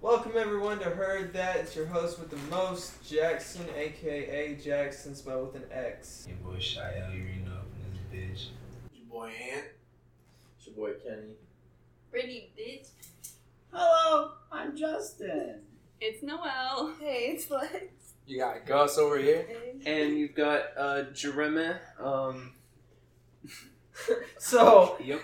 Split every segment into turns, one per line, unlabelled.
Welcome everyone to Heard That. It's your host with the most, Jackson, aka Jackson spelled with an X.
Your boy Shy L, you already know up in this
Your boy Ant.
It's your boy Kenny.
Brittany, bitch.
Hello, I'm Justin.
It's Noelle.
Hey, it's Lex.
You got Gus over here.
And you've got uh, Jeremy. Um, so,
Yep.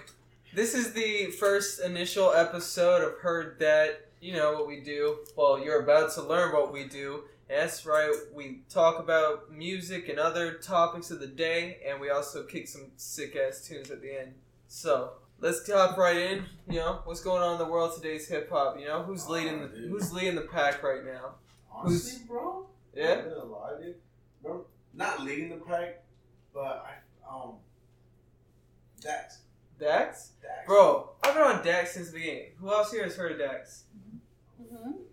this is the first initial episode of Heard That. You know what we do. Well, you're about to learn what we do. And that's right, we talk about music and other topics of the day, and we also kick some sick ass tunes at the end. So, let's hop right in. You know, what's going on in the world today's hip hop? You know, who's leading the,
dude.
who's leading the pack right now?
Honestly, bro.
Yeah?
I'm not gonna lie, dude. Bro, not leading the pack, but I um Dax.
Dax?
Dax.
Bro, I've been on Dax since the beginning. Who else here has heard of Dax?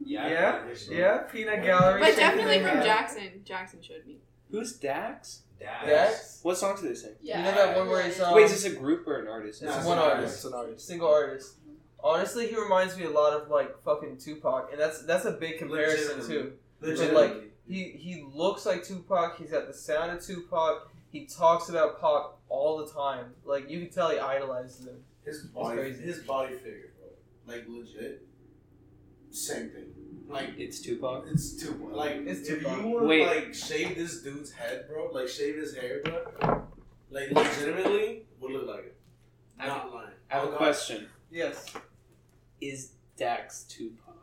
Yeah.
Yeah? Yeah, Peanut Gallery.
Mm-hmm. But
shaking
definitely
their
from
head.
Jackson. Jackson showed me.
Who's Dax?
Dax?
What song do they sing?
You know that one where he's um,
Wait, is this a group or an artist?
It's
No,
one
an
artist.
It's an artist.
single artist. Honestly, he reminds me a lot of like fucking Tupac, and that's that's a big comparison
Legitimately.
too.
Legitimately.
He he looks like Tupac. He's got the sound of Tupac. He talks about Pac all the time. Like you can tell he idolizes him.
his body
crazy.
his body figure, bro. Like legit. Same thing. Like
It's Tupac.
it's too like
It's
if
Tupac.
you wanna
Wait.
like shave this dude's head, bro, like shave his hair, bro, like legitimately would look like it.
I
Not lying.
I have
Oh,
a
God.
question.
Yes,
Is Dax Tupac?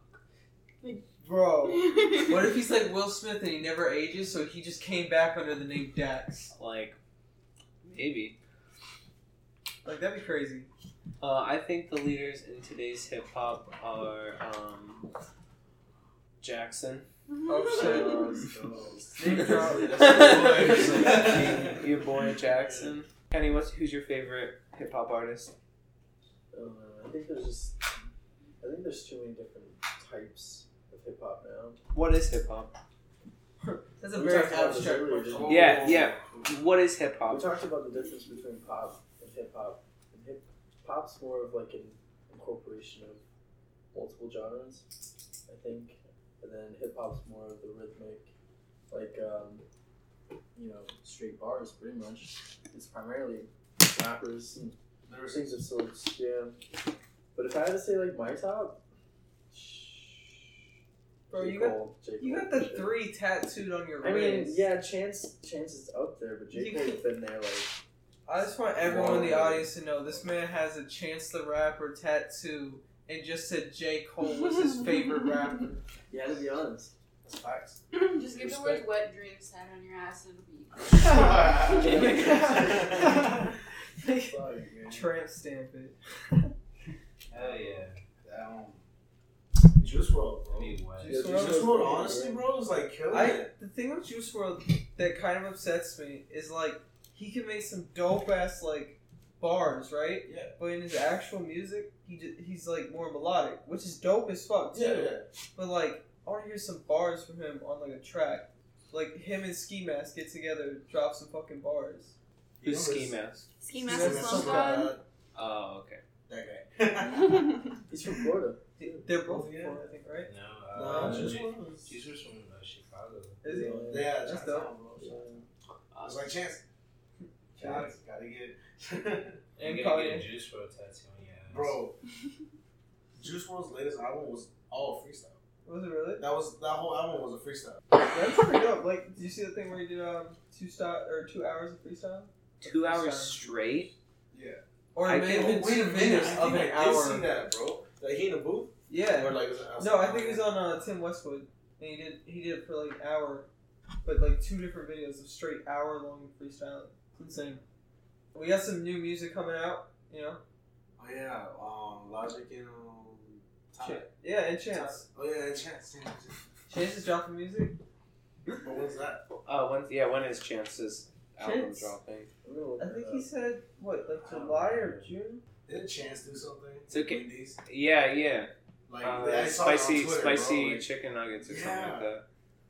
bro.
what
What if he's like Will Smith and he never ages, so he just came back under the name Dax?
Like, maybe.
Like that'd be crazy.
Uh, I think the leaders in today's hip hop are um, Jackson.
Mm-hmm.
Oh shit. Name drop.
That's
Your boy Jackson. Kenny, what's who's your favorite hip hop artist?
Uh,
I think there's just, I think there's too many different types of hip hop now.
What is hip hop?
That's a
We
very
talked about this
abstract
earlier,
question.
Oh.
Yeah,
didn't
yeah. What is hip
We
hop?
talked about the difference between pop and hip hop. And hip pop's more of like an incorporation of multiple genres, I think, and then hip hop's more of the rhythmic, like um, you know, straight bars pretty much. It's primarily rappers and
Never seen
things of sorts, yeah. But if I had to say like my top,
Bro,
J.
you got
Cole, J.
you
Cole
got
for
the
sure.
three tattooed on your
I mean,
wrist.
yeah, Chance Chance is up there, but J.
You
Cole's been there like
I just want everyone in the
Whoa.
audience to know this man has a Chance the Rapper tattoo and just said J. Cole was his favorite rapper.
Yeah, to be honest.
That's facts.
Just give the word wet dreams sat on your ass and it'll be.
Sorry, man.
Tramp stamp it.
Hell yeah.
Um, Juice World,
I
bro.
mean, what?
Juice
Yeah,
WRLD.
Juice World, honestly, bro, is like killing
I
it.
the thing with Juice World that kind of upsets me is like he can make some dope ass like bars, right?
Yeah.
But in his actual music, he just, he's like more melodic, which is dope as fuck too.
Yeah, yeah.
But like, I want to hear some bars from him on like a track. Like him and Ski Mask get together, drop some fucking bars.
Who's Ski Mask?
Ski
Mask
mask
is
is
Mask
That's
so
long
is
gone.
bad.
Oh, okay.
uh, That guy.
He's from Florida.
They- They're both
Yeah.
Florida, I think, right?
No, uh,
Nah,
no,
Juice
Ju-
World is-
Juice was from uh, Chicago.
Is he?
Yeah,
That's
that's
dope.
dope. It's like Chance. Chance, gotta get it.
And
You're gonna
Kanye.
get a Juice World tattoo on your ass.
Bro, Juice World's latest album was all freestyle.
Was it really?
That was that whole album was a freestyle.
That's pretty dope. Like, do you see the thing where he did um two stop or two hours of freestyle?
Two hours
Freestyle.
straight.
Yeah.
Or
I
it may
can't-
have been two minutes
I
of
think
an
I did see
hour.
that, bro. Like he in a booth
Yeah.
or like it was outside?
No, I think it
Oh,
was on uh, Tim Westwood, and he did he did it for like an hour, but like two different videos of straight hour long freestyle. It's insane. We got some new music coming out. You know.
Oh yeah, um, Logic and um, Ty.
Ch- yeah, and Chance.
Oh yeah, and Chance. Chance.
Chance is dropping music.
But when's that?
Uh, when, yeah, when is Chance's album
Chance?
dropping?
I'm gonna look
I
it
think
up.
he said what like July or June.
Did Chance do something?
It's okay.
With these?
Yeah, yeah.
Like I
Uh,
saw it on
spicy,
Twitter,
spicy
Bro. Like,
chicken nuggets or something like
Yeah.
that.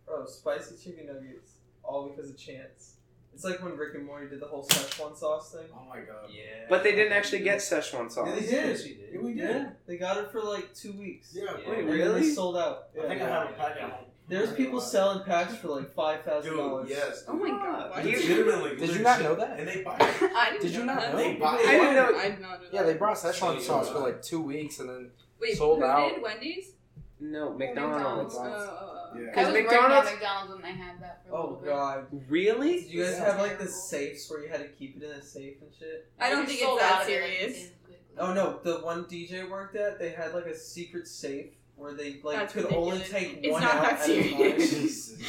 Oh, spicy chicken nuggets, all because of Chance. It's like when Rick and Morty did the whole Szechuan sauce thing.
Oh my god.
Yeah.
But they didn't actually get Szechuan sauce.
Yeah, they
did.
Yes, you did.
Yeah, we did.
Yeah, they got it for like two weeks.
Yeah.
Yeah.
And
Wait,
then
really?
They sold out.
I think I have a pack at home.
There's people selling packs for like five thousand
Dude,
dollars.
yes.
Oh my god.
Why
did
Legitimately.
Did you not
legit.
know that?
And they buy it.
I didn't
Did you not
that.
know?
They buy it.
I
didn't know-
I did not know.
Yeah,
that.
they brought
Yeah.
Szechuan sauce for like two weeks, and then
Wait,
sold
who
out.
Did Wendy's?
No,
Or
McDonald's.
McDonald's.
McDonald's.
Oh, oh, oh.
Yeah.
I
'Cause
was
McDonald's-
working at McDonald's when they had that for a
Oh
little bit.
god. Did
Really?
you guys
Yeah.
have like the
Terrible.
safes where you had to keep it in a safe and shit?
I don't
They
think
sold
it's that
out of it, like,
serious.
quickly.
Oh no, the one DJ worked at, they had like a secret safe where they like
That's
could only
ridiculous.
take
It's
one
not
out
that
at a time.
serious.
Jesus.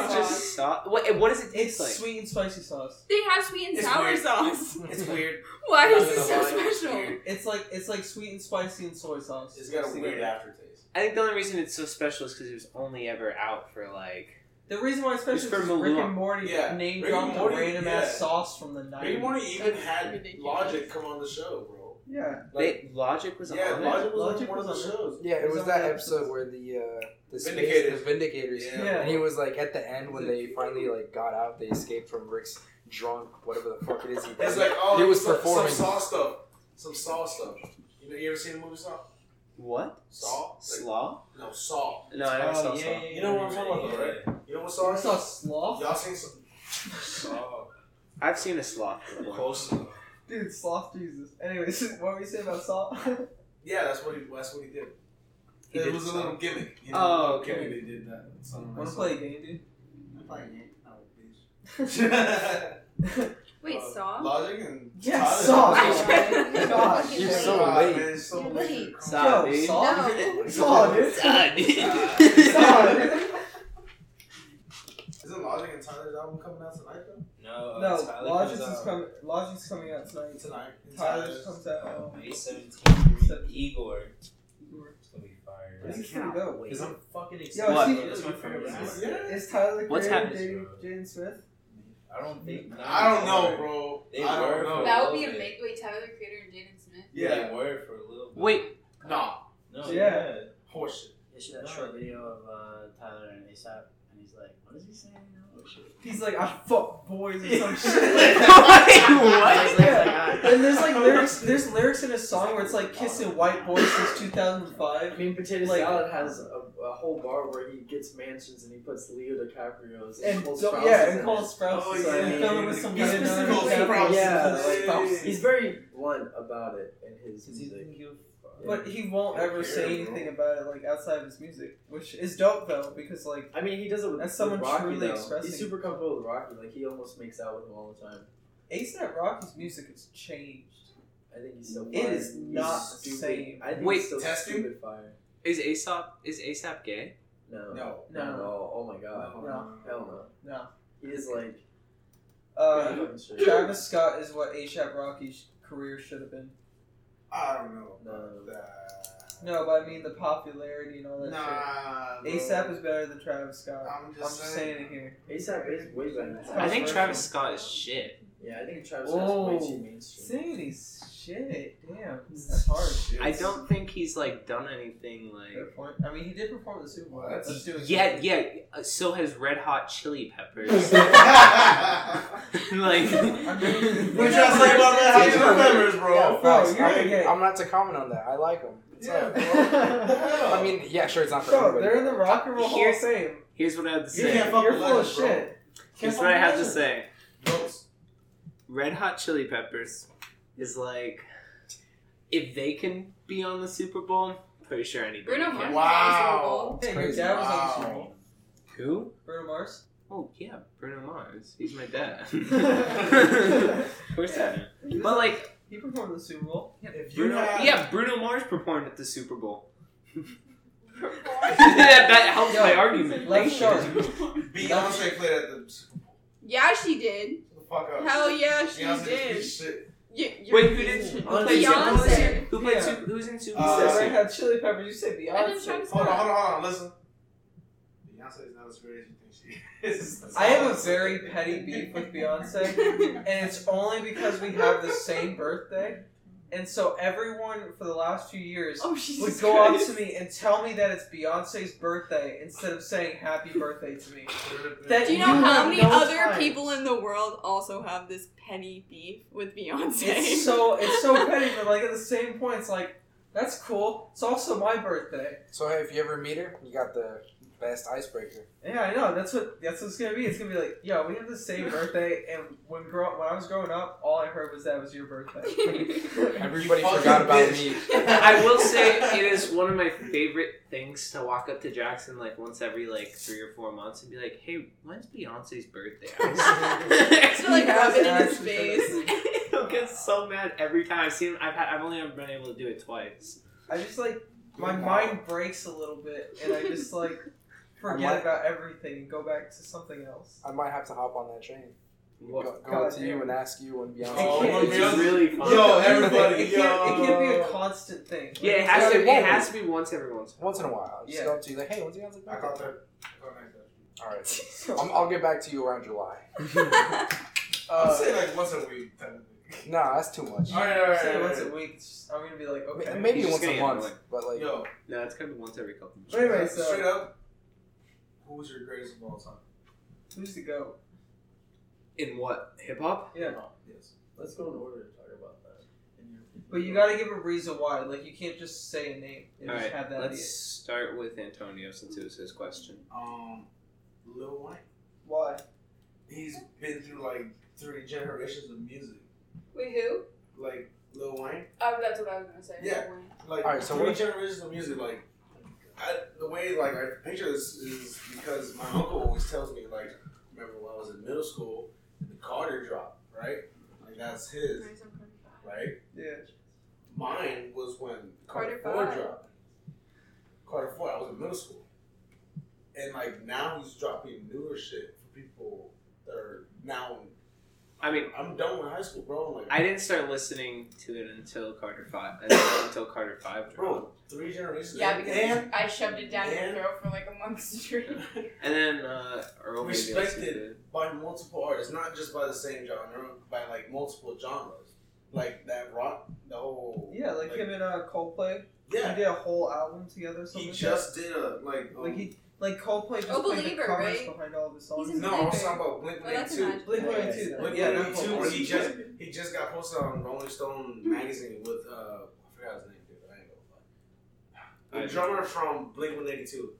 it just sauce? What, what does it
It's
taste like?
sweet and spicy sauce.
They have sweet and
It's
sour
weird.
sauce.
It's weird.
Why
Not
is this
gonna
so
lie, it's
special?
weird.
It's like it's like sweet and spicy and soy sauce.
It's got a
mixed
weird
together.
aftertaste.
I think the only reason it's so special is because it was only ever out for like.
The reason why it's special
It's
is
for
'cause Rick
Mulan.
and Morty
Yeah,
name
Rick and
dropped a
Morty,
random
yeah.
ass sauce from the
Rick and
nineties.
Morty even
That's
had
ridiculous.
Logic come on the show, bro.
Yeah.
Like,
they, Logic was
yeah,
on
Logic was
Logic
on one
was
of the
on it.
shows.
yeah, it
It's
was
on
that
the
episode
episodes.
where the uh, the space,
Vindicators.
the Vindicators,
Yeah.
Yeah.
and he was like at the end when they finally like got out, they escaped from Rick's drunk whatever the fuck it is he
It's
does.
like oh,
He was
some,
performing.
some Saw stuff, some Saw stuff. You know, you ever seen the movie Saw?
it. What?
Saw?
Slaw?
No, Saw.
No, I never
Oh,
saw
yeah,
Slaw.
yeah,
You know what I'm talking about, though, right? You know what Saw
I
is?
saw sloth.
Y'all seen some?
Saw.
I've seen a Slaw. before.
Close enough.
Dude, sloth Jesus. Anyways, what were you saying about salt?
Yeah, that's what he. That's what he did.
He
it
did
was a
Saw.
little gimmick. You know,
Oh,
a little
okay.
Gimmick they did that. Something
Wanna
like
play a game,
I'm playing it. Oh, bitch.
that.
dude?
Wait,
Oh.
Uh,
saw?
Logic and
Yeah,
Tyler.
Saw.
God,
You're
You're
so
God,
late.
man, so
You're
late.
late.
Saw,
Yo,
dude.
Saw,
Oh.
No.
Saw, dude.
Saw, dude.
Saw, dude.
Isn't Logic and Tyler's album coming out tonight though?
No, uh,
No,
Tyler
Logic's
comes
is
out
coming. Logic's coming out tonight.
Tonight.
Tyler's comes out. um,
May 17th.
Sep-
Igor.
Igor.
It's gonna be fire.
This is pretty dope.
Because I'm fucking
Yo,
excited.
I've
What?
seen-
That's my favorite rapper.
Yeah.
Is Tyler the
What's
Creator
happening,
dating
bro?
Jaden Smith?
I don't think.
I don't know, bro.
They
I
were
don't know.
Oh,
for
That would
a
be
little bit.
amazing. Wait, Tyler the Creator and Jaden Smith?
Yeah.
They were for a little bit.
Wait,
Nah.
No,
Yeah.
Horseshit.
They should have
No.
short video of uh, Tyler and ASAP, and he's like, "What is he saying now?" Oh shit.
He's like, I fuck boys or some shit.
Wait, what?
Yeah.
And there's like lyrics. There's lyrics in a song where it's like kissing white boys since 2005.
I mean, potato
Like-
salad has a, a whole bar where he gets mansions and he puts Leo DiCaprio's
And
Cole
don't,
Sprouse
yeah,
in
and
it.
Cole Sprouse.
Oh,
is like,
yeah.
filming with some
He's
guy named
specifically
Adam
Cole
Sandler.
Sprouse.
Yeah,
Yeah.
He's very blunt about it in his
Does he
music.
think you'll-
But he won't ever say anything about it like outside of his music, which is dope though because like
I mean, he does it with,
That's someone
with Rocky,
truly
though.
expressing-
He's super comfortable with Rocky. Like he almost makes out with him all the time.
ASAP Rocky's music has changed.
I think he's so.
It
fire.
is
He's
not the
stupid.
same.
I think
Wait,
he's so
test him?
stupid fire.
Is ASAP is ASAP gay?
No,
No.
not at
No,
all. Oh my god,
No.
hell
no.
no. He is like
Uh,
fucking shit.
Travis Scott is what ASAP Rocky's career should have been.
I don't know.
No.
Nah.
No, but I mean the popularity and all that
Nah.
shit. ASAP is better than Travis Scott.
I'm
I'm
just
just
saying.
saying it here.
ASAP is way better. than
I think
Controversial.
Travis Scott is shit.
Yeah, I think Travis Scott's
Whoa.
way too mainstream.
Saying these shit, damn, that's hard.
I don't think he's like done anything like.
Good point. I mean, he did perform at the Super Bowl.
Well, that's-
Let's do it.
Yeah, yeah. uh, So has Red Hot Chili Peppers. like,
I mean,
We're trying to say about that how you
Yeah.
remembers, bro.
Yeah,
Bro,
Bro, you're gay.
I'm not to comment on that. I like him. It's
Yeah,
up.
bro.
I mean, yeah, sure, it's not for
Bro,
everybody.
they're in the Rock and Roll Hall of
Here's-
Fame.
here's what I have to
You can't
say.
fuck
You're
with
full of
legends, bro.
shit.
Here's what I have to say.
Gross.
Red Hot Chili Peppers is like, if they can be on the Super Bowl, pretty sure anybody
Bruno
can.
Mars.
Wow.
Hey, your
crazy.
dad was on the
Wow.
Super Bowl.
Who?
Bruno Mars.
Oh yeah, Bruno Mars. He's my dad. of
he
course I know. But like,
performed at the Super Bowl.
If you
Bruno,
have,
yeah, Bruno Mars performed at the Super Bowl. that helps my
Yo,
argument.
left
Thank
shark.
you.
Beyonce played at the Super Bowl.
Yeah, she did.
Shut the fuck
Oh.
up.
Hell yeah, she
Beyonce
did.
piece of shit.
You, you're
Wait, who did? Who
Beyonce.
played Super Bowl this year?
Beyonce.
Who played
Yeah.
Super? Who's in Super Bowl
Uh,
this
Red
year?
Hot Chili Peppers. You said
I didn't
Beyonce.
Travis
Hold on, hold
Scott.
on, hold on. Listen. Beyonce is not as great as you think she is.
I have a very petty beef with Beyonce, and it's only because we have the same birthday, And so everyone for the last few years
Oh, Jesus
would go up
Christ.
to me and tell me that it's Beyonce's birthday instead of saying happy birthday to me. That
Do you know
you
how
have
many
no
other
time.
people in the world also have this petty beef with Beyonce?
It's so it's so petty, but like at the same point, it's like that's cool. It's also my birthday.
So hey, if you ever meet her, you got the best icebreaker.
Yeah, I know. That's what that's what it's gonna be. It's gonna be like, yo, we have the same birthday, and when grow when I was growing up, all I heard was that was your birthday.
Everybody
You fucking
forgot about
bitch.
me.
I will say it is one of my favorite things to walk up to Jackson like once every like three or four months and be like, "Hey, when's Beyonce's birthday?"
so like rub it in his
actually
face.
He'll get so mad every time I see him. I've had, I've only ever been able to do it twice.
I just like my mind breaks a little bit, and I just like
I might-
forget about everything and go back to something else.
I might have to hop on that train. Go,
What?
go up to you and ask you when Beyonce.
Oh,
can't-
it's
Beyonce-
really fun.
Yo, Oh, everybody,
it can't it can't be a
yo.
constant thing. Like,
yeah, it has to.
Yeah,
It has to be once every once.
Once in a while, just
Yeah.
go up to you like, hey, when's Beyonce?
I
Back?
caught that.
All right, I'm, I'll get back to you around July.
I'll
uh,
say like once a week, technically.
Nah, that's too much.
Alright, alright,
say
alright,
once a
alright.
week. it's just- I'm gonna be like, okay.
M- Maybe
You're
once
just
a
gonna get
month,
annoyed.
but like,
Yo,
No, it's gonna be once every couple. months.
Wait, wait, so-
straight up, who was your greatest of all time?
Who's to go?
In what hip hop?
Yeah,
Yes.
Let's go in order and talk about that. In your opinion.
but you gotta give a reason why. Like you can't just say a name and
All
just
right,
have that.
let's
be it.
start with Antonio since it was his question.
Um, Lil Wayne.
Why?
He's been through like three generations of music.
Wait, who?
Like Lil Wayne.
Oh, that's what I was gonna say.
Yeah. Like
Alright, so
three
what-
generations of music. Like I, the way like I picture this is because my uncle always tells me like remember when I was in middle school the Carter drop right like that's his right.
Yeah.
Mine was when Carter,
Carter
Four
Five.
dropped. Carter Four, I was in middle school. And like now he's dropping newer shit for people that are now
I mean,
I'm done with high school, bro. Like
I didn't start listening to it until Carter Five. uh, until Carter Five dropped,
bro, three generations.
Yeah, because
and
I shoved it down
and-
your throat for like a month straight.
and then uh, Earl maybe listened
Respected.
to Oh. it.
by multiple artists, not just by the same genre, by like multiple genres. Like that rock the whole
Yeah, like, him and uh, Coldplay. He
Yeah.
did a whole album together. or Something
He
like
just did a like
that.
um,
like he like Coldplay just
Oh,
played
Believer,
the covers
right?
behind all of his songs.
He's in
um, No, I was
Believer.
talking about Blink
Well, that's
182.
imagine.
Blink
Yeah,
One
yeah,
Two.
Blink
yeah.
Yeah, not
182, where
Coldplay.
he just he just got posted on Rolling Stone magazine with uh I forgot his name, dude, but I ain't gonna lie.
I-
The drummer from Blink One Eighty Two,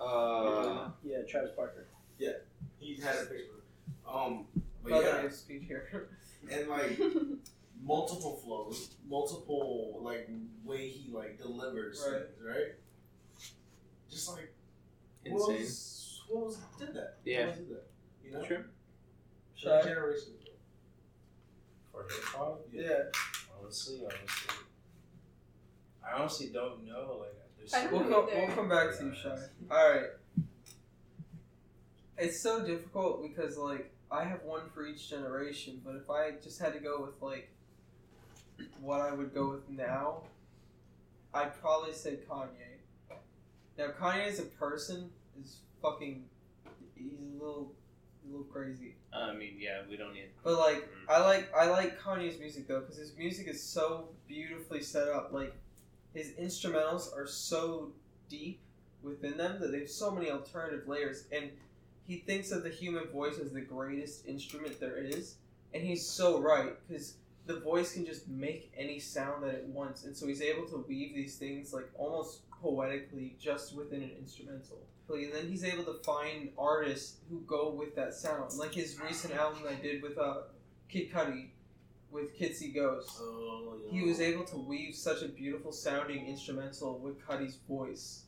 Uh,
yeah, Travis Barker.
he had a picture. of him. Um, but
Other
yeah,
names speak here.
and like multiple flows, multiple like way he like delivers
Right.
things, right? Just like who
insane.
else, who else did that? Who
Yeah.
else did that? You know,
True.
Shy.
generation.
For hip hop,
Yeah.
honestly, honestly, I honestly don't know. Like, there's
I don't
We'll
know
come,
either.
we'll come back to you, Shy. Alright. It's so difficult because, like, I have one for each generation, but if I just had to go with, like, what I would go with now, I'd probably say Kanye. Now, Kanye as a person is fucking. He's a little. A little crazy.
I mean, yeah, we don't need.
But like,
Mm.
I like I like Kanye's music though, because his music is so beautifully set up. Like, his instrumentals are so deep within them that they have so many alternative layers, and he thinks of the human voice as the greatest instrument there is, and he's so right because the voice can just make any sound that it wants, and so he's able to weave these things like almost poetically just within an instrumental. Like, and then he's able to find artists who go with that sound, like his recent album I did with uh, Kid Cudi, with Kitsy Ghost
Oh,
he was able to weave such a beautiful sounding instrumental with Cuddy's voice.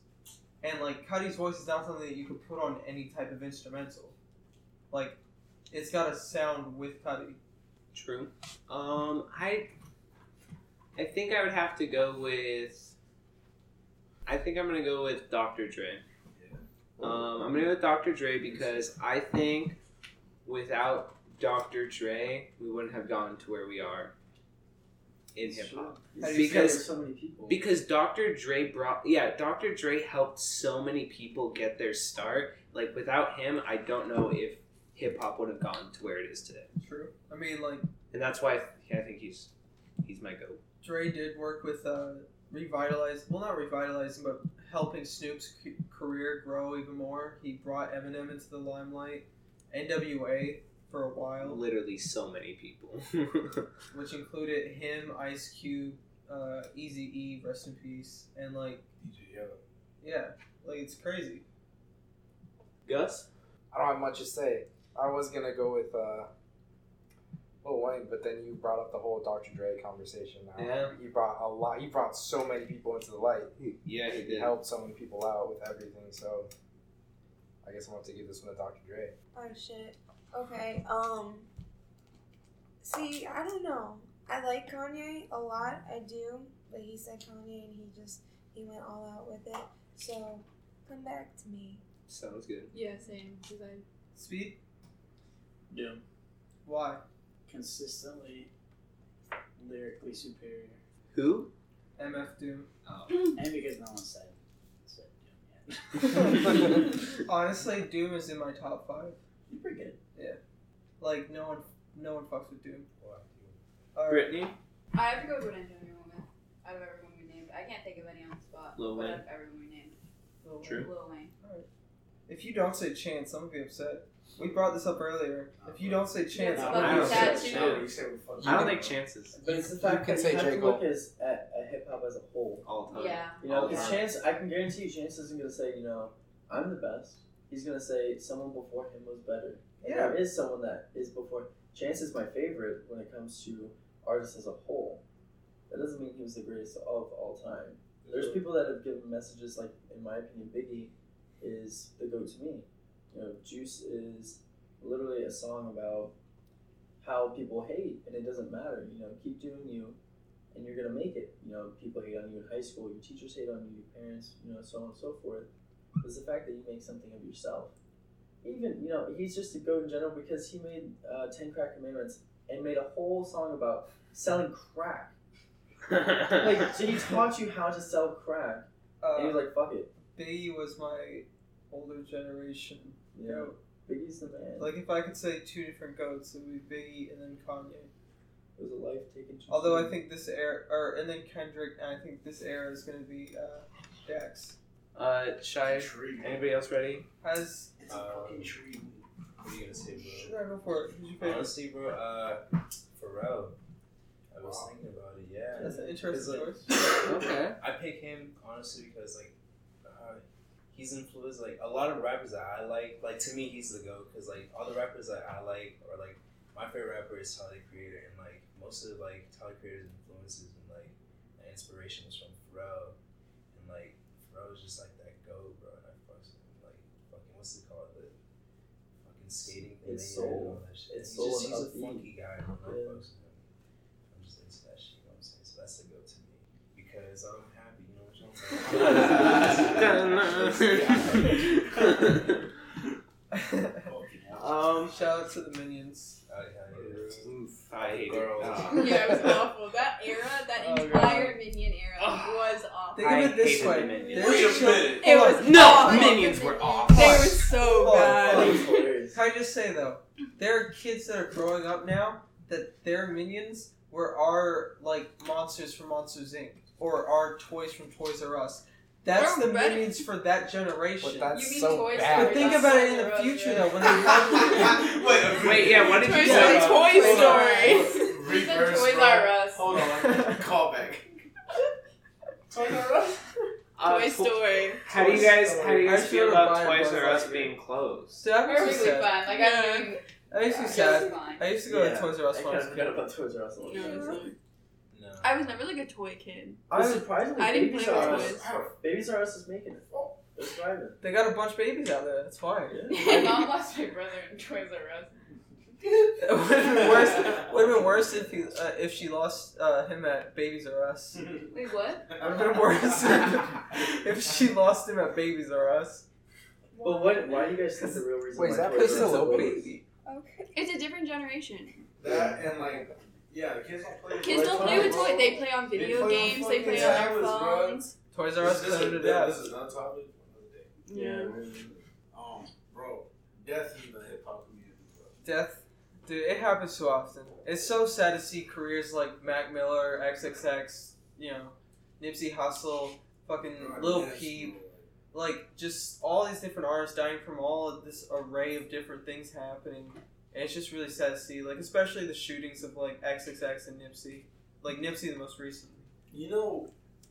And like Cuddy's voice is not something that you could put on any type of instrumental. Like it's got a sound with Cuddy.
True. Um, I, I think I would have to go with. I think I'm gonna go with Dr. Dre. Um, I'm gonna go with Dr. Dre because I think without Dr. Dre, we wouldn't have gotten to where we are in hip hop.
How do you feel?
Because
there's so many people.
because Dr. Dre brought yeah, Dr. Dre helped so many people get their start. Like without him, I don't know if hip hop would have gotten to where it is today.
True. I mean like
And that's why I, th- I think he's he's my go.
Dre did work with uh, revitalizing, well, not revitalizing, but helping Snoop's c- career grow even more. He brought Eminem into the limelight, NWA for a while,
Literally, so many people.
which included him, Ice Cube, uh, Easy E, rest in peace, and like,
DJ Yellow.
yeah, like it's crazy.
Gus,
I don't have much to say. I was gonna go with uh, Lil Wayne, but then you brought up the whole Dr. Dre conversation. Now.
Yeah.
He brought a lot. He brought so many people into the light.
yeah, he
He
did.
helped so many people out with everything. So, I guess I'm gonna have to give this one to Dr. Dre.
Oh shit. Okay. Um. See, I don't know. I like Kanye a lot. I do, but he said Kanye, and he just he went all out with it. So come back to me.
Sounds good.
Yeah, same. Because I
Speed?
Yeah.
Why?
Consistently lyrically superior.
Who?
MF Doom.
Oh.
And because no one said said Doom yet.
Does
Honestly, Doom is in my top five.
You're pretty good.
Like no one, no one fucks with Doom.
Well,
All right.
Brittany?
I have to go with an engineer woman out of everyone we named. I can't think of any on the spot.
Lil
but
Wayne.
out of everyone we named,
Lil
True.
Lil Wayne.
If you don't say chance, I'm gonna be upset. We brought this up earlier. If you don't say chance,
That's
I'm
fucking
gonna be
sad
upset.
too.
No, you said we fucking-
I don't think chances
But it's the
You
fact
can
that
say
you have
J.
to
Cole.
look as, at, at hip hop as a whole.
all
Oh,
time.
Yeah.
You know,
Okay.
'cause Chance, I can guarantee you, Chance isn't gonna say, you know, I'm the best. He's gonna say someone before him was better. And
Yeah.
There is someone that is before. Chance is my favorite when it comes to artists as a whole. That doesn't mean he was the greatest of all time. There's people that have given messages like, in my opinion, Biggie is the go to me. You know, Juice is literally a song about how people hate, and it doesn't matter. You know, keep doing you, and you're gonna make it. You know, people hate on you in high school, your teachers hate on you, your parents, you know, so on and so forth. It's the fact that you make something of yourself. Even you know, he's just a goat in general because he made uh, Ten Crack Commandments and made a whole song about selling crack. Like, so he taught you how to sell crack, and he was
Uh,
like, "Fuck it,
Biggie was my older generation.
you know,
goat.
Biggie's the man."
Like if I could say two different goats, it would be Biggie and then Kanye.
It was a life taken. too
Although I
soon.
think this era, or and then Kendrick, and I think this era is gonna be uh, Jax.
Uh, shy.
Intriguing.
Anybody else ready?
Has
It's a fucking tree.
What are you gonna say,
should
bro?
I go for it? Who's your favorite?
Honestly, bro, uh, Pharrell. I was
Wow.
thinking about it. Yeah.
That's an
It's
interesting
like-
choice.
Okay.
I pick him honestly because like uh, he's influenced like a lot of rappers that I like. Like to me, he's the goat because like all the rappers that I like or like my favorite rapper is Tyler the Creator, and like most of like Tyler the Creator's influences and like my inspiration was from Pharrell, and like Pharrell is just like that goat, bro. And I fucks with him. like fucking what's it called the fucking skating thing.
It's
that he did and all
soul.
that shit.
It's
he's just he's
soul and
a
upbeat.
funky guy. And I
Yeah.
fucks with him. I'm just into that shit. You know what I'm saying? So that's the goat to me because I'm happy. You know what I'm saying?
um.
Shout out to the minions.
I, I,
Oof, I hate
Girls.
it. Ah.
yeah, it was awful. That era, that
Oh,
entire Minion era,
Ugh.
was awful.
Think of
I
it this
hated
way.
the Minions.
There's
Wait a
chil-
minute.
It
Hold on.
was
No,
awful.
Minions were awful.
They were so
Hold on,
That
bad.
was hilarious.
Can I just say though, there are kids that are growing up now that their minions were our like monsters from Monsters Inc. or our toys from Toys R Us. That's
They're
the
better.
minions for that generation.
But
But,
that's
You mean
so
Toy
bad.
Story?
think about it in the future though, when they have
Wait,
Wait, yeah. What did you
Toy
say?
Story,
Yeah. Hold
Toy Story. We said
Reverse,
Toys
bro.
R Us.
Oh.
Hold on. Callback. Toys R Us?
Uh,
Toy Story.
How do you
Toy
guys? How do
Story.
you guys
I
feel
feel
about
about Buzz
Toys R Us
Lightyear.
being closed?
so that makes me
Perfectly
sad.
fine. Like, I don't even.
That makes me
Just
sad.
fine.
I used to go
Yeah,
to Toys R
I
Us when I
kind
was
of
a
forgot
kid.
about Toys R Us. a little
You know
bit.
what I'm saying?
no.
I was never like a toy kid.
I was surprisingly
I didn't
Babies
play with
R
toys.
Us. Babies R Us is making it. They're thriving.
They got a bunch of babies out there. That's why.
My mom lost my brother in Toys R Us.
It would have been worse. Would have been worse if he, uh, if she lost uh, him at Babies R Us.
Hmm.
Wait, what?
Would have been worse if she lost him at Babies R Us.
But what? Why do you guys think the real reason?
Wait,
why
is that
Toys
place
R Us
still
is
open?
closed?
Okay.
It's a different generation.
That and like, yeah, the kids don't play. with
Kids
toys.
don't play with toys. They play on video
play on
games. They play on
fucking
their
tablets,
phones.
Toys R
This
Us
is a-
owned it
This
up.
is not topic for another day.
Yeah.
Um, bro, death in the hip hop community, bro.
Death Dude, it happens too often. It's so sad to see careers like Mac Miller, XXX, you know, Nipsey Hussle, fucking Lil Peep, like just all these different artists dying from all of this array of different things happening. And it's just really sad to see, like especially the shootings of like XXX and Nipsey, like Nipsey the most recently.
You know,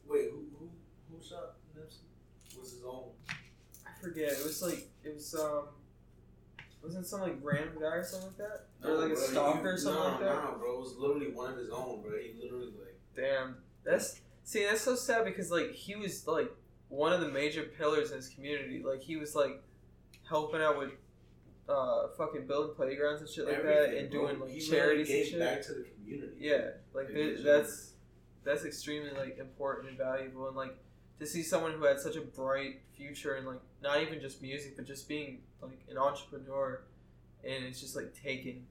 wait, who who, who shot Nipsey? Was his own?
I forget. It was like it was um, wasn't some like random guy or something like that, or like a
bro,
stalker
you-
or something
nah,
like that.
Nah, bro, it was literally one of his own, bro. He literally like
Damn, that's see, that's so sad because like he was like one of the major pillars in his community. Like he was like helping out with uh fucking building playgrounds and shit like that,
everything,
and
bro.
doing like
he really
charities
gave
and shit.
back to the community.
Yeah, like
Like,
th-
legit.
that's that's extremely like important and valuable, and like to see someone who had such a bright future and like not even just music, but just being like an entrepreneur, and it's just like taken.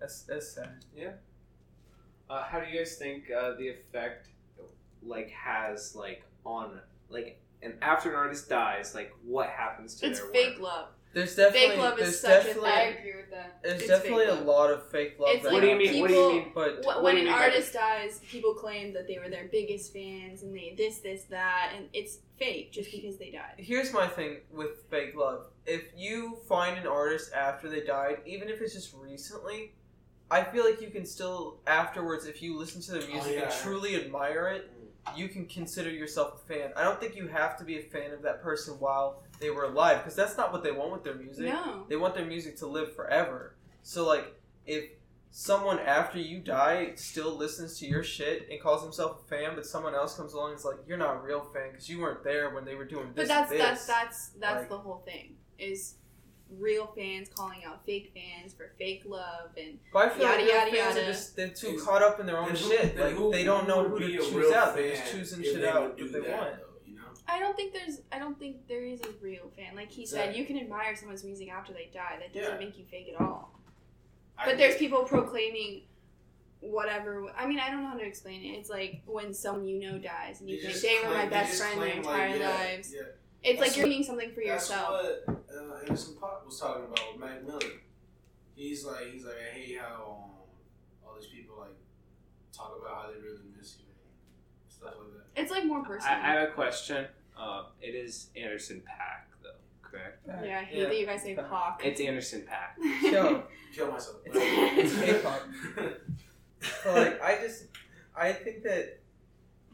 That's that's sad.
Uh, how do you guys think uh, the effect like has like on like and after an artist dies, like what happens to
It's
their
fake
work?
love.
There's definitely
fake love
there's
is such a.
definitely
I agree with that.
There's
It's
definitely
fake
a
love.
lot of fake love.
It's
that
like
what do you mean? what do you
people-
mean?
But
Wh-
What
when
do you
an
mean by
artist dies, people claim that they were their biggest fans and they this, this, that, and it's fake just because they died.
here's my thing with fake love. If you find an artist after they died, even if it's just recently, I feel like you can still afterwards, if you listen to their music and
yeah.
truly admire it, you can consider yourself a fan. I don't think you have to be a fan of that person while they were alive, because that's not what they want with their music.
No.
They want their music to live forever. So like if someone after you die still listens to your shit and calls himself a fan, but someone else comes along and is like, You're not a real fan because you weren't there when they were doing this.
But that's
and this.
that's that's that's
Like-
the whole thing is real fans calling out fake fans for fake love and
But I feel
Yada,
like
yada,
yada, fans
yada.
are just they're too
Is-
caught up in their own
Then who-
shit.
then
Like
who-
they don't know who
would
to
be a
choose
real
out. They're just
fan
choosing
if
shit
they
out
would do
that they
that,
want.
though, you know?
I don't think there's I don't think there is a real fan. Like he said,
Exactly.
you can admire someone's music after they die. That doesn't
Yeah.
make you fake at all.
I
But
think-
there's people proclaiming whatever. I mean, I don't know how to explain it. It's like when someone you know dies and you
They
think
just
they were my
claim- they
best
just
friend
claim,
their entire
yeah,
lives.
yeah.
It's like
That's
you're doing something for
That's
yourself.
what uh, Anderson Pop was talking about with Mac Miller. He's like, he's like, I hate how um, all these people like talk about how they really miss you and stuff like that.
It's like more
I,
personal.
I have a question. Uh, it is Anderson Pack though, correct?
yeah, I hate
Yeah.
that you guys say "pock."
It's Anderson Pack.
Yo,
Kill myself.
it's K-pop. But, like I just, I think that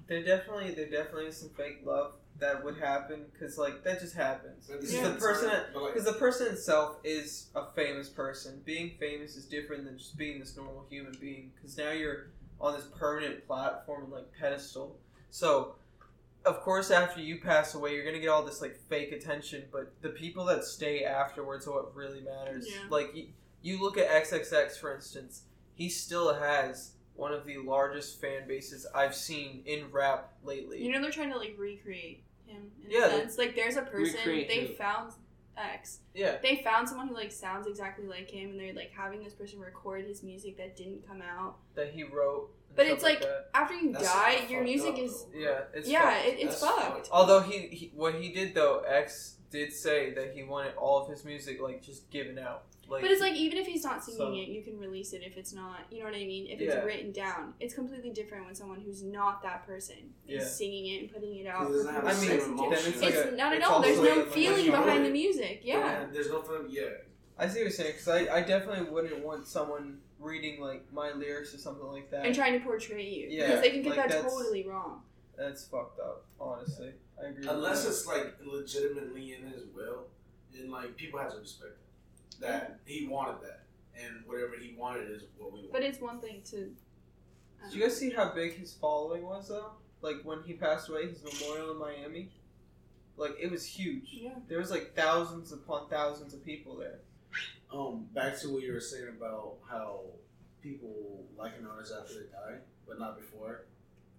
there definitely there definitely is some fake love that would happen because like that just happens.
But at the
Because
same
the
time,
person,
but like,
because the person itself is a famous person. Being famous is different than just being this normal human being. Because now you're on this permanent platform and like pedestal. So, of course, after you pass away, you're gonna get all this like fake attention. But the people that stay afterwards are what really matters.
Yeah.
Like you, you look at XXX for instance. He still has one of the largest fan bases I've seen in rap lately.
You know they're trying to like recreate him in
Yeah,
a
they-
sense. Like there's a person
Recreate
they
who?
found X.
yeah.
They found someone who like sounds exactly like him, and they're like having this person record his music that didn't come out.
That he wrote. and
But
stuff
it's like,
that.
After you
That's
die,
kinda
your
fucked
music
up,
is
though.
yeah, it's
yeah,
fucked.
it, it's
That's
fucked.
Although he, he what he did though, X did say that he wanted all of his music like just given out. Like,
But it's like even if he's not singing
So-
it, you can release it if it's not. You know what I mean? If
Yeah.
it's written down, it's completely different when someone who's not that person
Yeah.
is singing it and putting it out.
It doesn't
for
have the
people
I
to
mean,
same
listen to.
then
emotion.
it's
it's
like a-
not at
it's
all. There's
also
no
like-
feeling
like-
behind the music. Yeah.
Yeah, There's no film. Yeah.
I see what you're saying because I, I definitely wouldn't want someone reading like my lyrics or something like that.
and trying to portray you
Yeah,
because they can get
like,
that
that's-
totally wrong.
That's fucked up. Honestly, I agree.
Unless
with
it's like legitimately in his will, then like people have to respect it. That he wanted that, and whatever he wanted is what we want.
But it's one thing to. um, I
that.
don't
Did you guys see how big his following was though? Like when he passed away, his memorial in Miami, like it was huge.
know. Yeah.
There was like thousands upon thousands of people there.
Um, back to what you were saying about how people like an artist after they die, but not before.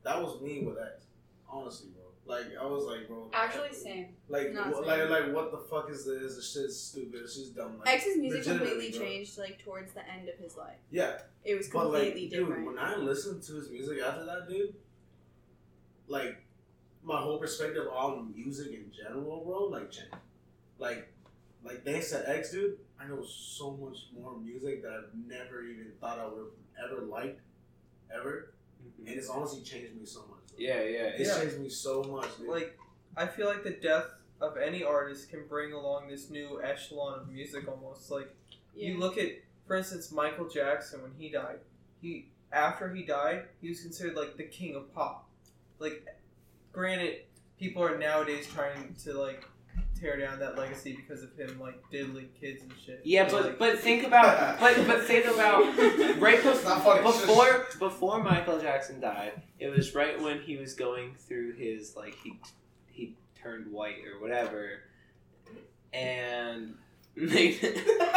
That was me with X, honestly, bro. Like I was like, bro.
Actually, same.
Like,
not
wha- like,
same.
like, what the fuck is this? This shit's stupid. This shit's dumb. Like,
X's music
legitimately,
completely
bro.
changed like towards the end of his life.
Yeah,
It was
but like,
completely
dude,
different.
when I listened to his music after that, dude, like, my whole perspective on music in general, bro, like, changed. Like, like thanks to X, dude, I know so much more music that I've never even thought I would have ever liked, ever. And it's honestly changed me so much. bro.
Yeah, yeah.
It's
Yeah.
changed me so much. Dude.
Like, I feel like the death of any artist can bring along this new echelon of music almost. Like,
Yeah.
you look at, for instance, Michael Jackson when he died. He after he died, he was considered like the king of pop. Like, granted, people are nowadays trying to like tear down that legacy because of him like diddling kids and shit.
Yeah, but but think about but but think about right
It's not funny, it's just-
before before Michael Jackson died, it was right when he was going through his like he he turned white or whatever, and made,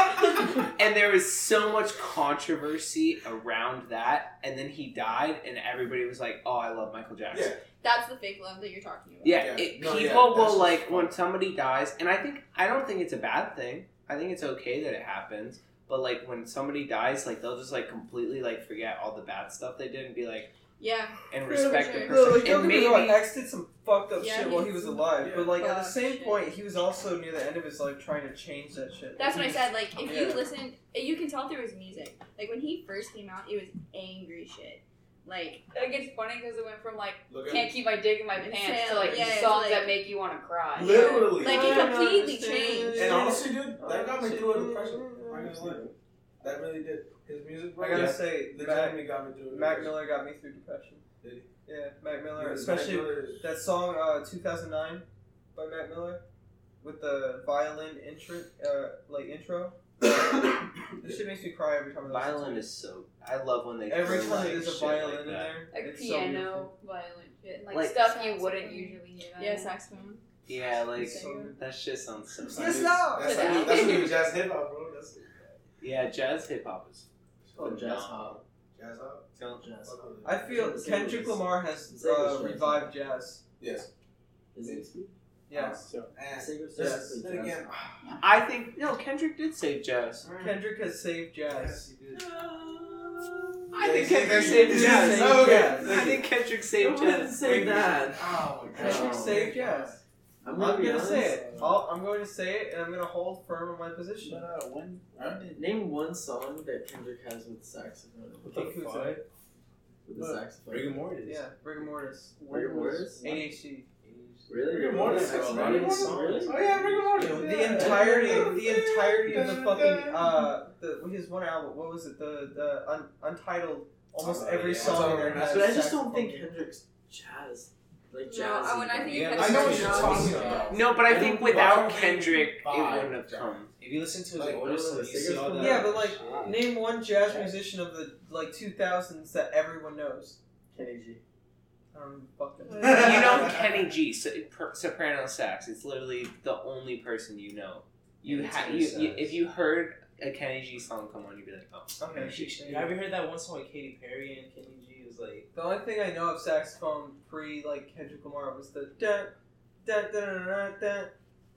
and there was so much controversy around that, and then he died, and everybody was like, "Oh, I love Michael Jackson."
Yeah.
That's the fake love that you're talking about.
Yeah,
Yeah.
It,
No, yeah,
people
that's
will
just
like
fun.
when somebody dies, and I think I don't think it's a bad thing. I think it's okay that it happens. But like when somebody dies, like they'll just like completely like forget all the bad stuff they did and be like
Yeah.
and
Yeah,
respect the
sure.
No,
person.
like, don't
and
get me
maybe
wrong, X did some fucked up
Yeah,
shit
he
while
did
he was
some
alive,
Yeah.
but like at the
fucked
same
shit.
point, he was also near the end of his life trying to change that shit.
That's what
Like,
I
he-
said. Like, if you
Yeah.
listen, you can tell through his music. Like when he first came out, it was angry shit. Like,
Like it's funny because it went from like
Look at
can't keep my dick in my pants to like
Yeah, it's
songs
like-
that make you want to cry.
Literally.
like he
I don't
completely
understand.
changed.
and honestly, dude, that got me through a depression. I'm not gonna lie. That really did. His music, bro.
I gotta
yeah.
say, Mac,
legitimately got me through. a
Mac
depression.
Miller got me through depression.
Did he?
Yeah, Mac Miller,
Mac
especially
Miller is-
that song uh, 2009 by Mac Miller with the violin intro, uh, like intro. this shit makes me cry every time. I listen to
Violin
it.
is so. I love when they
Every
throw,
time
like,
there's a
shit
violin
like
in
that.
there,
Like
it's so
piano,
beautiful.
violin shit, like,
Like-
stuff you wouldn't usually hear.
Yeah, saxophone.
Yeah, like
It's so good.
that shit sounds so.
That's
Yes,
like-
no.
That's like, that's like jazz hip hop, bro. That's
Yeah, jazz hip hop is.
Oh, jazz
phenomenal.
hop.
jazz hop.
Jazz.
Fuck with it.
I feel
It's
Kendrick
English.
Lamar has
It's English,
uh,
right?
revived jazz.
Yes.
Is it?
Yeah,
So,
And
Sacred
yes.
Jazz.
Then again,
I think no, Kendrick did save jazz.
Kendrick has saved jazz.
yes, he did.
I think
Yeah,
Kendrick
he
saved
did.
jazz.
Yes,
Oh,
okay.
I think Kendrick saved jazz.
say that.
Oh my god.
Kendrick saved jazz.
I'm
I'm
gonna, be
gonna
honest.
say it. I'll, I'm going to say it, and I'm gonna hold firm on my position.
But, uh, when,
Huh?
when did
Name one song that Kendrick has with saxophone.
Yakuza.
With the saxophone.
Rigor Mortis.
Yeah, rigor mortis.
Rigor mortis?
ADHD.
Really?
Rigor mortis.
That's
Oh,
a lot of
rigor
songs.
mortis. Oh yeah, rigor mortis.
Yo,
yeah.
the entirety, the entirety of the fucking uh, the, his one album. What was it? The the un, untitled. Almost
Oh,
every
yeah.
song there
Untitled.
has.
But I just don't
saxophone.
think Kendrick's jazz. Like jazz.
No, I- when I think
Yeah,
of
I
I know what
Kendrick
you're
Lamar,
talking
yeah.
about.
No, but I
I
think
don't
without
think
Kendrick, it
five
wouldn't have come.
If you listen to his
Like,
older
one of
stuff,
the
you see all
singers
that.
Yeah, but like,
Oh,
shit.
name one jazz musician of the like 2000s that everyone knows.
Kenny G.
I don't fucking.
you know Kenny G, so, per, soprano sax. It's literally the only person you know. You
Yeah,
ha-
tenor
you, you
sax.
if you heard a Kenny G song come on, you'd be like, oh,
Okay.
Kenny G.
Yeah, have you heard that one song with Katy Perry and Kenny G? It was like,
The only thing I know of saxophone pre like Kendrick Lamar was the da da da da da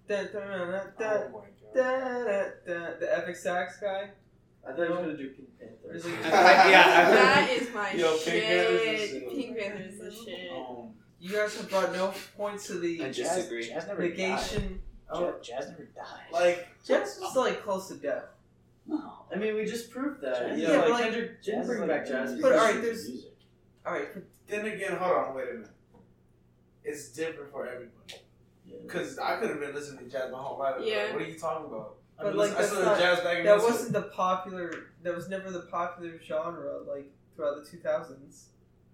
da da da da
Oh my god.
da da da the epic sax guy.
I thought he was gonna do Pink Panther.
There's like-
yeah,
That is my
Yo, Pink Panther's the
shit.
shit.
Pink Panther is the shit.
Um,
You guys have brought no points to
I
the
just
jazz,
disagree.
Jazz never died.
negation.
Oh, jazz never died.
like,
Jazz was like close to death.
no.
I mean, we just proved that.
Jazz.
Yeah,
Yeah,
like,
but like-
Kendrick didn't
Jazz
bring
is
back
like-
jazz.
But
because
alright,
he-
there's- All right,
then again, hold on, wait a minute. It's different for everybody.
Yeah.
Cause I could have been listening to jazz my whole life.
Yeah.
What are you talking about? I
But,
mean,
like,
I
that's
still
not-
jazz back in
that
high school.
wasn't the popular. That was never the popular genre like throughout the 2000s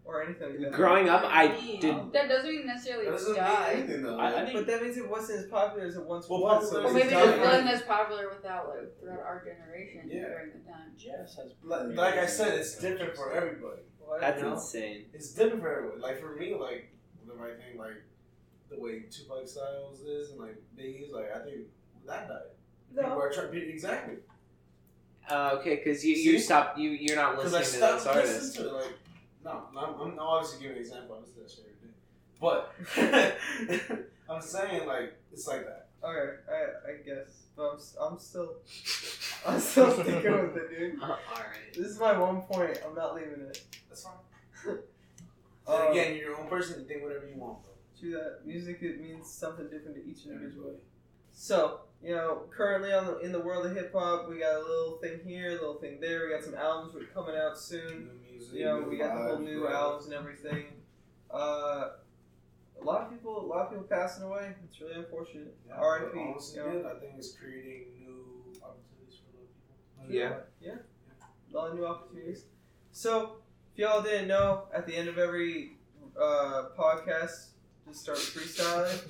or anything. Like that.
Growing up, I
Yeah.
did.
That doesn't mean
That
necessarily
doesn't mean
die.
anything though.
I, I
But
think
that means it wasn't as popular as it once
Well,
was.
popular
Or
so
maybe
it's
it
not
just
like-
wasn't as popular without like throughout our generation
Yeah.
during the time.
jazz has.
Like, like I said, it's different for everybody.
What?
That's
No.
insane.
It's different for everyone. Like for me, like the right thing, like the way Tupac Styles is and like Biggie's, like I think that died. People are trying exactly
Uh, okay, because you you
See?
stop you you're not
because I
listening to those
stopped
artists.
listening to it. Like no, I'm, I'm obviously giving an example. I listen to that shit every day, but I'm saying like it's like that.
Okay, I, I guess, but I'm, s- I'm still I'm still sticking with it, dude.
Uh, all right.
This is my one point. I'm not leaving it.
That's fine. Uh,
Um,
And again, you're your own person. You think whatever you want. Bro.
True that music it means something different to each individual.
Everybody.
So you know, currently on the, in the world of hip hop, we got a little thing here, a little thing there. We got some albums that are coming out soon.
New music.
You know,
new
we got the whole
vibes,
new
bro.
albums and everything. Uh, a lot of people, a lot of people passing away. It's really unfortunate.
Yeah,
R.I.P.
but honestly,
You know,
dude, I think it's creating new opportunities for little people.
Yeah.
yeah, a lot of new opportunities. So, if y'all didn't know, at the end of every uh, podcast, just start freestyling.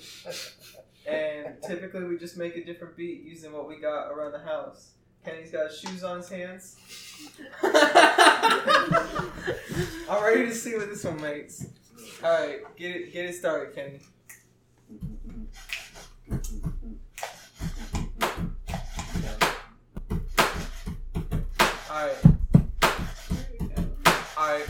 and typically we just make a different beat using what we got around the house. Kenny's got his shoes on his hands. I'm ready to see what this one makes. All right, get it, get it started, Kenny. All right. Alright.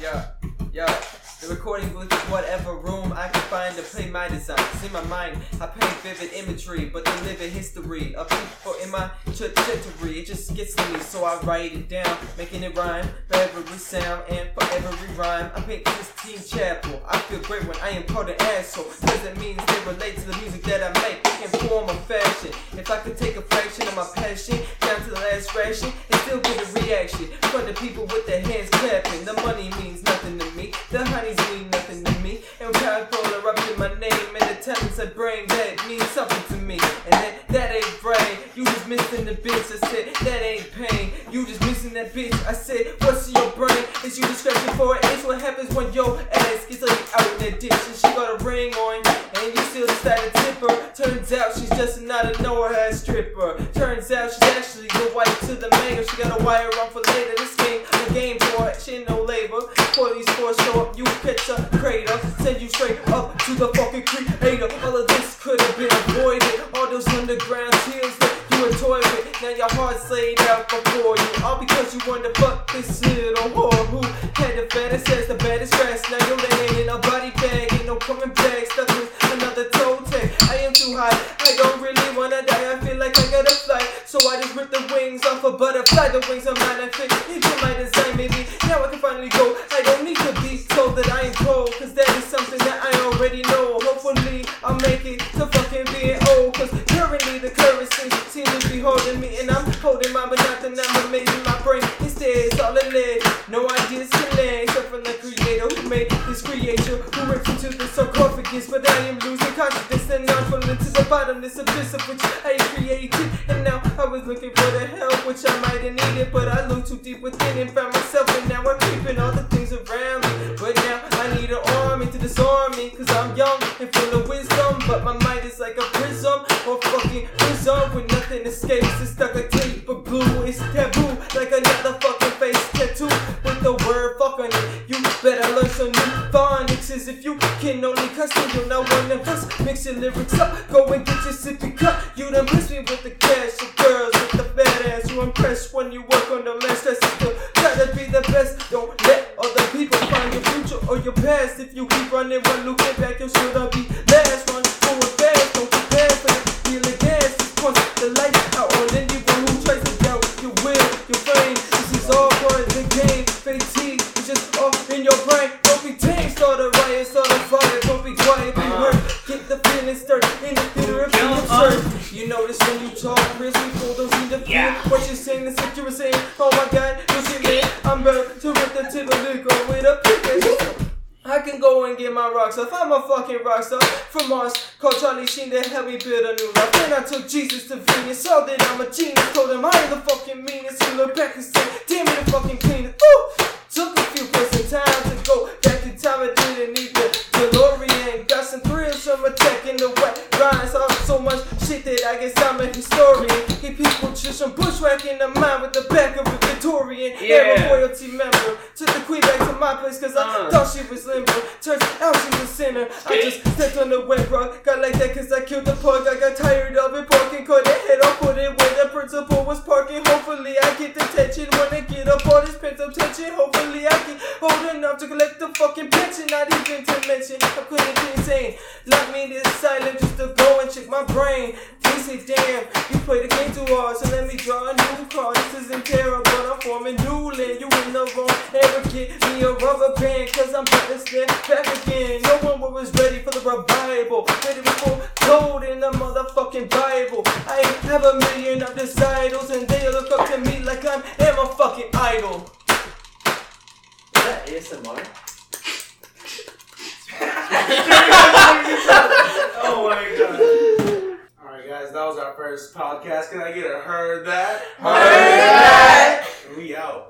Yeah. Yeah. The recording booth is whatever room I can find to play my designs. In my mind, I paint vivid imagery, but they live in history of people in my trajectory. It just gets to me, so I write it down, making it rhyme for every sound and for every rhyme. I paint Christine Chapel. I feel great when I am called an asshole, cause it means they relate to the music that I make in form of fashion. If I could take a fraction of my passion down to the last ration and still get a reaction from the people with their hands clapping, the money means nothing to me. The honeys mean nothing to me. And when I erupted my name and the talents I bring, that means something to me. And that, that ain't brain. You just missing the bitch. I said, that ain't pain. You just missing that bitch. I said, what's in your brain? Is you just scratching for it? It's what happens when your ass gets laid out in that ditch and she got a ring on. And you still decided to tip her. Turns out she's just not a nowhere ass stripper. Turns out she's actually the wife to the mayor. She got a wire on for later. This game, the game for it. She ain't no labor. For these four show up, you pitch a crater. Send you straight up to the fucking creator. All of this could have been avoided. All those underground tears that you enjoy with. Now your heart's laid out before you. All because you wanted to fuck this little whore who had the fattest says the baddest dress. Now you're laying in a body bag. Ain't no coming back. Stuck with another toe tag. I am too high. I don't really wanna die. I feel like I gotta fly. So I just rip the wings off a butterfly. The wings are mine. I fit into my design. Maybe now I can finally go. I don't need to be told that I am cold. Cause that is something that I already know. Hopefully I'll make it to fucking being old. Cause currently the currency seems to be holding me. And I'm holding mine, but nothing. I'm amazing. My brain is dead. It's all a lid. No ideas to lay. Except from the creator who made this creature. Who ripped into the sarcophagus. But I am losing consciousness. And I'm falling to the bottomless abyss of which I created. And now I was looking for the help, which I might have needed. But I looked too deep within and found myself. And now I'm creeping all the things around me. But now I need an army to disarm me. Cause I'm young and full of wisdom. But my mind is like a prism or fucking prison where nothing escapes. It's stuck like tape of glue. It's taboo like another fucking face tattoo with the word fuck on it. You better learn some new phonics if you can only cuss and you're not one of us. Mix your lyrics up, go and get your sippy cup. You done miss me with the cash, your girls with the fat ass. You impress when you work on the mess. That's still try to be the best. Don't let other people find your future or your past. If you keep running one looking back, you'll sure to be last. Run forward fast, don't prepare for the feel of gas. Just punch the light out on anyone who tries to doubt your will, your fame. This is all part of the game. Fatigue is just all in your brain. Don't be tame, start a riot, start a fire. Don't be quiet, be heard. Get the feeling stirred in the theater of the absurd. You notice when you talk, Chris, we pull those in the field. What you saying, the shit you were saying. Oh my god, you see me? I'm about to rip the tip of the go with a pick. I can go and get my rocks off. I'm a fucking rock star from Mars. Called Charlie Sheen to help me build a new life. Then I took Jesus to Venus. Saw that I'm a genius. Told him I ain't the fucking meanest. He looked back and said, Damn it, the fucking cleanest. Ooh! Took a few present time to go back in time. I didn't need the DeLorean. Got some thrills from attacking the wet lines. Saw so much shit that I guess I'm a historian. Keep people just from bushwhacking the mind with the back of a Victorian.
Yeah.
Era royalty member. Took the queen back to my place cause I
Uh.
thought she was limber. Turns out she was sinner. I just stepped on the wet rug. Got like that cause I killed the pug. I got tired of it barking. Cut the head off, put it where the principal was parking. Hopefully I get detention when I get up all this pent up tension. Hopefully I get old enough to collect the fucking pension. Not even to mention I couldn't be insane. Lock me in this silent just to go and check my brain. They say, damn, you play the game too hard, so let me draw a new card. This isn't terrible, I'm forming new land. You in the wrong era, get me a rubber band, cause I'm about to snap back again. No one was ready for the revival. Ready before gold in the motherfucking Bible. Have a million of disciples, and they look up to me like I'm am a fucking idol.
Is that ASMR?
oh my god. Alright, guys, that was our first podcast. Can I get a heard that?
Heard that?
We out.